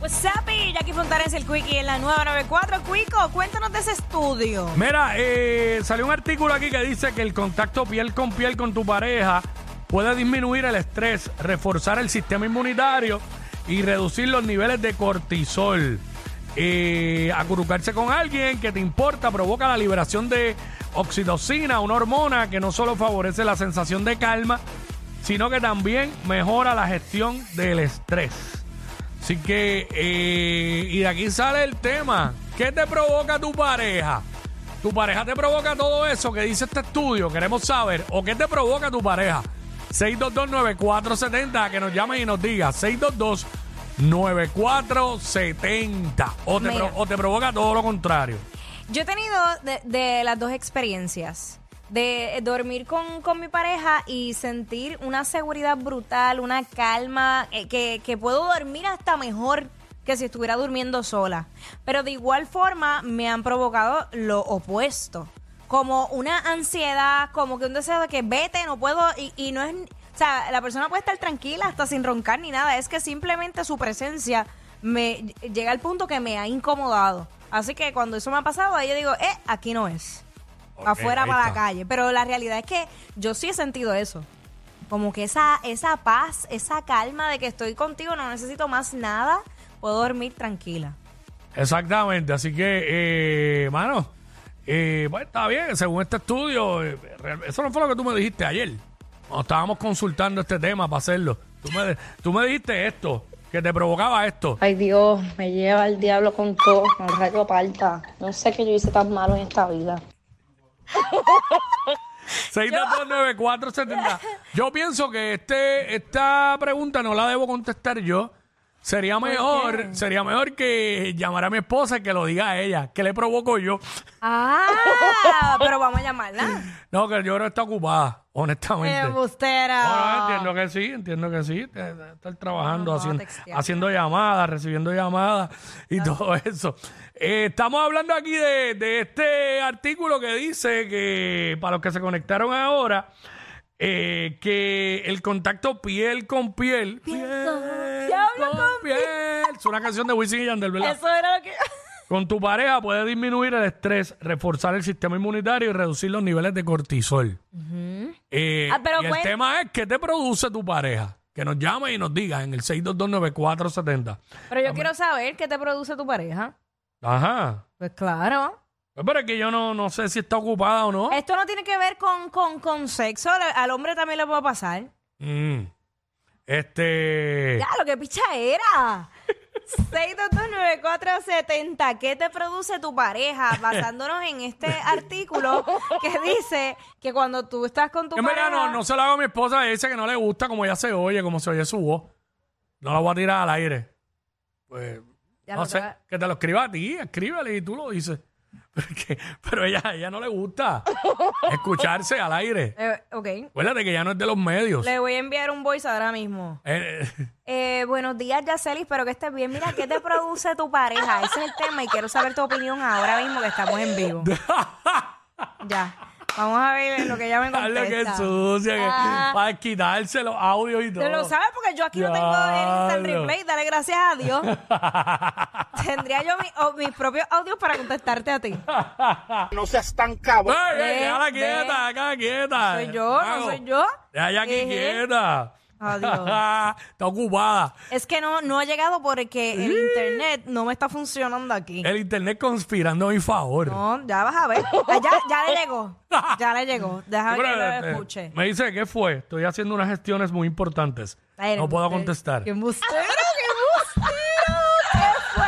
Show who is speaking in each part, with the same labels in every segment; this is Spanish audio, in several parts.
Speaker 1: What's up, y Jackie Fontanes, el Quickie en la 994. Quico, cuéntanos de ese estudio.
Speaker 2: Mira, eh, salió un artículo aquí que dice que el contacto piel con piel con tu pareja puede disminuir el estrés, reforzar el sistema inmunitario y reducir los niveles de cortisol. Eh, acurrucarse con alguien que te importa provoca la liberación de oxitocina, una hormona que no solo favorece la sensación de calma, sino que también mejora la gestión del estrés. Así que, eh, y de aquí sale el tema. ¿Qué te provoca tu pareja? ¿Tu pareja te provoca todo eso que dice este estudio? Queremos saber. ¿O qué te provoca tu pareja? 6229470, que nos llamen y nos diga. 6229470. O, te
Speaker 1: Mira.
Speaker 2: pro- o te provoca todo lo contrario.
Speaker 1: Yo he tenido de, de las dos experiencias. De eh, dormir con, con mi pareja y sentir una seguridad brutal, una calma, eh, que, que puedo dormir hasta mejor que si estuviera durmiendo sola. Pero de igual forma me han provocado lo opuesto. Como una ansiedad, como que un deseo de que vete, no puedo, y, y no es... O sea, la persona puede estar tranquila hasta sin roncar ni nada, es que simplemente su presencia me llega al punto que me ha incomodado. Así que cuando eso me ha pasado, ahí yo digo, eh, aquí no es.
Speaker 2: Ok,
Speaker 1: Afuera
Speaker 2: ahí
Speaker 1: para la
Speaker 2: está.
Speaker 1: calle. Pero la realidad es que yo sí he sentido eso. Como que esa, esa paz, esa calma de que estoy contigo, no necesito más nada, puedo dormir tranquila.
Speaker 2: Exactamente, así que, eh, mano, eh, pues está bien, según este estudio, eh, real- eso no fue lo que tú me dijiste ayer, cuando estábamos consultando este tema para hacerlo. Tú me, tú me dijiste esto, que te provocaba esto.
Speaker 3: Ay Dios, me lleva el diablo con todo, el rayo parta. No sé qué yo hice tan malo en esta vida.
Speaker 2: 6229470. Yo pienso que este, esta pregunta no la debo contestar yo. Sería mejor, sería mejor que llamara a mi esposa y que lo diga a ella, que le provoco yo.
Speaker 1: Ah, pero vamos a llamarla.
Speaker 2: No, que yo creo que está ocupada, honestamente.
Speaker 1: Eh, Embustera.
Speaker 2: No, no, entiendo que sí, entiendo que sí. te- te- Estar trabajando,
Speaker 1: No, no,
Speaker 2: haciendo,
Speaker 1: texteando.
Speaker 2: haciendo llamadas, recibiendo llamadas y todo eso. Eh, estamos hablando aquí de, de este artículo que dice que, para los que se conectaron ahora, eh, que el contacto piel con piel. Piel,
Speaker 1: diablo
Speaker 2: con piel. Es una canción de Wisin y Yandel, ¿verdad?
Speaker 1: Eso era lo que...
Speaker 2: Con tu pareja puede disminuir el estrés, reforzar el sistema inmunitario y reducir los niveles de cortisol. Eh,
Speaker 1: Ah, pero
Speaker 2: y el
Speaker 1: cuen-
Speaker 2: tema es qué te produce tu pareja. Que nos llame y nos diga en el 6229470.
Speaker 1: Pero yo quiero saber qué te produce tu pareja.
Speaker 2: Ajá.
Speaker 1: Pues claro.
Speaker 2: Pues, Pero es que yo no, no sé si está ocupada o no.
Speaker 1: Esto no tiene que ver con, con, con sexo. le- Al hombre también le puede pasar.
Speaker 2: Mm. Este.
Speaker 1: Ya, lo que picha era. 6229470. ¿Qué te produce tu pareja? Basándonos en este artículo que dice que cuando tú estás con tu
Speaker 2: En
Speaker 1: pareja.
Speaker 2: verdad, no, no se lo hago a mi esposa. Ella dice que no le gusta como ella se oye, como se oye su voz. No la voy a tirar al aire. Pues.
Speaker 1: Ya
Speaker 2: no
Speaker 1: lo
Speaker 2: sé.
Speaker 1: tra-
Speaker 2: Que te lo escriba a ti, escríbale y tú lo dices. Pero, es que- pero ella, a ella no le gusta escucharse al aire.
Speaker 1: Eh, ok.
Speaker 2: Acuérdate que ya no es de los medios.
Speaker 1: Le voy a enviar un voice ahora mismo.
Speaker 2: Eh, eh,
Speaker 1: Eh, buenos días, Yaceli. Espero que estés bien. Mira, ¿qué te produce tu pareja? Ese es el tema y quiero saber tu opinión ahora mismo que estamos en vivo. Ya. Vamos a ver lo que ella me
Speaker 2: Dale que
Speaker 1: contesta.
Speaker 2: sucia, que-
Speaker 1: Ah.
Speaker 2: para quitarse los audios y todo.
Speaker 1: Te lo sabes porque yo aquí no tengo el Instant
Speaker 2: Diablo.
Speaker 1: Replay. Dale gracias a Dios. Tendría yo mi- o- mis propios audios para contestarte a ti.
Speaker 4: No seas tan cabrón.
Speaker 2: ¡Ey, ey,
Speaker 1: Ve,
Speaker 2: déjala
Speaker 1: ve.
Speaker 2: quieta, déjala quieta!
Speaker 1: Soy yo, no
Speaker 2: Mago,
Speaker 1: soy yo.
Speaker 2: Déjala aquí
Speaker 1: Ejé.
Speaker 2: quieta.
Speaker 1: Adiós.
Speaker 2: Está ocupada.
Speaker 1: Es que no, no ha llegado porque el internet no me está funcionando aquí.
Speaker 2: El internet conspirando a mi favor.
Speaker 1: No, ya vas a ver. Ah, ya, ya le llegó. Ya le llegó. Déjame que
Speaker 2: Pero,
Speaker 1: lo
Speaker 2: eh,
Speaker 1: escuche.
Speaker 2: Me dice, ¿qué fue? Estoy haciendo unas gestiones muy importantes.
Speaker 1: Ay,
Speaker 2: no puedo
Speaker 1: embustero.
Speaker 2: contestar.
Speaker 1: ¡Qué embustero! Ah, ¡Qué embustero! ¿Qué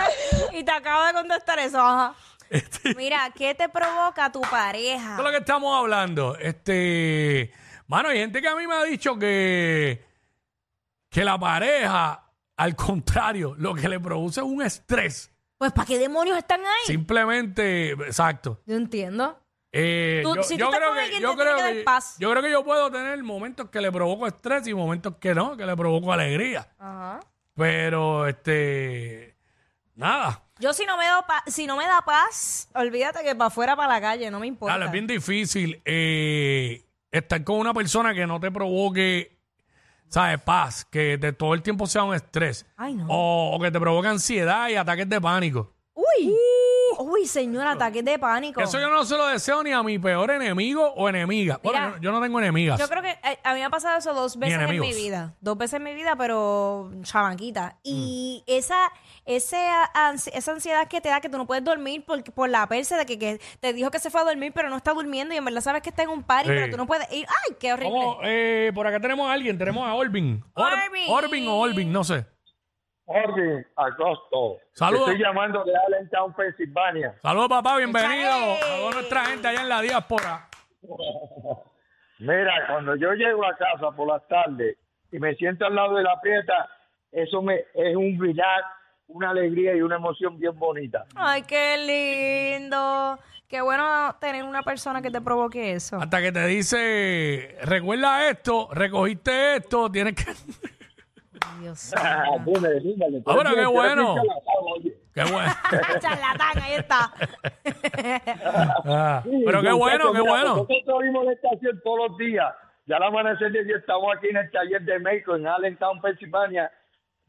Speaker 1: fue? Y te acabo de contestar eso, ajá.
Speaker 2: Este,
Speaker 1: Mira, ¿qué te provoca tu pareja?
Speaker 2: Eso es lo que estamos hablando. Este, mano, hay gente que a mí me ha dicho que, que la pareja, al contrario, lo que le produce es un estrés.
Speaker 1: Pues, ¿para qué demonios están ahí?
Speaker 2: Simplemente, exacto.
Speaker 1: Yo entiendo.
Speaker 2: Eh,
Speaker 1: Tú-
Speaker 2: yo,
Speaker 1: si tú
Speaker 2: yo
Speaker 1: estás
Speaker 2: creo
Speaker 1: con
Speaker 2: que,
Speaker 1: alguien,
Speaker 2: yo,
Speaker 1: te tiene
Speaker 2: creo
Speaker 1: que dar
Speaker 2: que,
Speaker 1: paz.
Speaker 2: yo creo que yo puedo tener momentos que le provoco estrés y momentos que no, que le provoco alegría.
Speaker 1: Ajá.
Speaker 2: Pero, este, nada.
Speaker 1: Yo si no me da paz, si no me da paz, olvídate que para afuera para la calle, no me importa.
Speaker 2: Claro, es bien difícil eh, estar con una persona que no te provoque, ¿sabes? Paz, que de todo el tiempo sea un estrés.
Speaker 1: Ay, no.
Speaker 2: O, o que te provoque ansiedad y ataques de pánico.
Speaker 1: Uy. Uy, señor, ataques de pánico.
Speaker 2: Uh. Eso yo no se lo deseo ni a mi peor enemigo o enemiga. Bueno,
Speaker 1: Mira,
Speaker 2: yo no- yo no tengo enemigas.
Speaker 1: Yo creo que eh, a mí me ha pasado eso dos veces en mi
Speaker 2: enemigos.
Speaker 1: vida. Dos veces en mi vida, pero chamaquita. Y esa, ese ansi- esa ansiedad que te da que tú no puedes dormir por, por la persa de que, que te dijo que se fue a dormir, pero no está durmiendo y en verdad sabes que está en un party,
Speaker 2: Sí.
Speaker 1: pero tú no puedes ir. ¡Ay, qué horrible!
Speaker 2: Vamos, eh, por acá tenemos a alguien, tenemos a Orvin. Or-
Speaker 1: Orvin.
Speaker 2: Orvin o Orvin, no sé.
Speaker 5: Orvin Agosto.
Speaker 2: Saludos.
Speaker 5: Estoy llamando de Allentown, Pensilvania.
Speaker 2: Saludos, papá, bienvenido
Speaker 1: Échale.
Speaker 2: a toda nuestra gente allá en la diáspora.
Speaker 5: Mira, cuando yo llego a casa por las tardes y me siento al lado de la prieta, eso me es un brillar, una alegría y una emoción bien bonita.
Speaker 1: ¡Ay, qué lindo! Qué bueno tener una persona que te provoque eso.
Speaker 2: Hasta que te dice, recuerda esto, recogiste esto, tienes que...
Speaker 1: Dios.
Speaker 5: Ah, dime, dime.
Speaker 2: Ah, bueno, qué
Speaker 5: Quiero
Speaker 2: bueno.
Speaker 5: decirte la cara, oye.
Speaker 2: Qué bueno.
Speaker 1: ¡Ah, Charlatán, ahí está.
Speaker 2: Ah, pero qué
Speaker 5: Muchacho,
Speaker 2: bueno, qué
Speaker 5: mira,
Speaker 2: bueno.
Speaker 5: Nosotros abrimos la estación todos los días. Ya al amanecer de día estamos aquí en el taller de México, en Allentown, Pensilvania,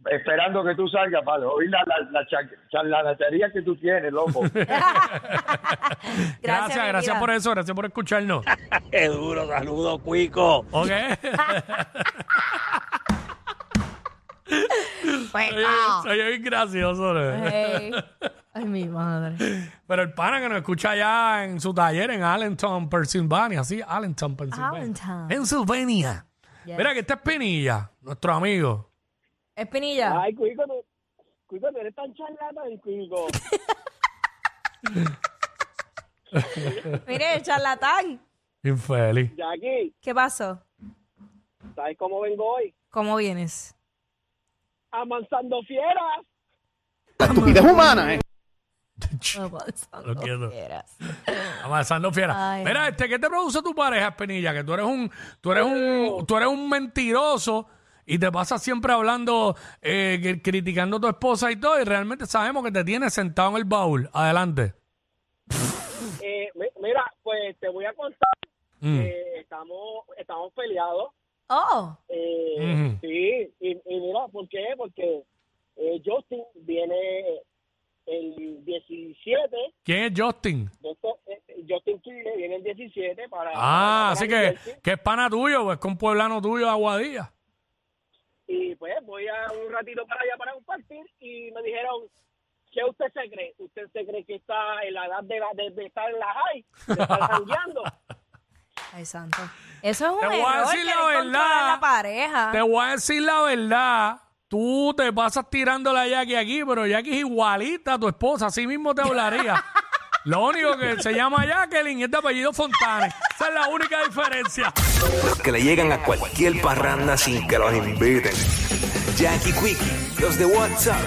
Speaker 5: esperando que tú salgas para oír la, la, la cha- charlatanería que tú tienes, loco.
Speaker 1: mi
Speaker 2: Gracias, gracias
Speaker 1: vida.
Speaker 2: por eso, gracias por escucharnos.
Speaker 4: Qué duro, saludo, Cuico.
Speaker 2: ¿Ok?
Speaker 1: Pues, ah.
Speaker 2: Soy bien gracioso. ¿no?
Speaker 1: Ey. Ay, mi madre.
Speaker 2: Pero el pana que nos escucha allá en su taller en Allentown, Pensilvania, sí, Allentown, Pensilvania.
Speaker 1: Allentown.
Speaker 2: Pensilvania.
Speaker 1: Yes.
Speaker 2: Mira que está Espinilla, nuestro amigo.
Speaker 1: Espinilla.
Speaker 4: Ay, Cuico, no, Cuico, no eres tan charlatán, Cuico.
Speaker 1: Mire, charlatán.
Speaker 2: Infeliz.
Speaker 4: Jackie,
Speaker 1: ¿Qué pasó?
Speaker 4: ¿sabes cómo vengo hoy?
Speaker 1: ¿Cómo vienes?
Speaker 4: Amansando fieras.
Speaker 2: Lo quiero. Avanzando fiera.
Speaker 1: Ay,
Speaker 2: Mira, este, ¿qué te produce tu pareja, Espinilla? Que tú eres un, tú eres un, tú eres un mentiroso y te pasas siempre hablando, eh, que- criticando a tu esposa y todo, y realmente sabemos que te tienes sentado en el baúl. Adelante.
Speaker 4: Eh, mi- mira, pues te voy a contar.
Speaker 2: Mm.
Speaker 4: eh, estamos, estamos peleados.
Speaker 1: Oh,
Speaker 4: Eh,
Speaker 2: Ujú.
Speaker 4: Sí, y, y mira, ¿por qué? Porque eh, Justin viene el 17,
Speaker 2: ¿Quién es Justin?
Speaker 4: de esto, eh, Justin Kile viene el 17 para...
Speaker 2: Ah,
Speaker 4: para
Speaker 2: así
Speaker 4: New
Speaker 2: que,
Speaker 4: Jersey.
Speaker 2: que es pana tuyo, pues con pueblano tuyo de Aguadilla.
Speaker 4: Y pues voy a un ratito para allá para compartir y me dijeron, ¿qué usted se cree? ¿Usted se cree que está en la edad de, la, de, de estar en la high? ¿De estar jangueando?
Speaker 1: ay, santo. Eso es un
Speaker 2: Te voy a
Speaker 1: error
Speaker 2: decir la
Speaker 1: querer
Speaker 2: verdad.
Speaker 1: controlar la pareja.
Speaker 2: Te voy a decir la verdad. Tú te pasas tirándole a Jackie aquí, pero Jackie es igualita a tu esposa. Así mismo te hablaría. Lo único que se llama Jacqueline y es de apellido Fontane. Esa es la única diferencia.
Speaker 6: Los que le llegan a cualquier parranda sin que los inviten. Jackie Quickie, los de WhatsApp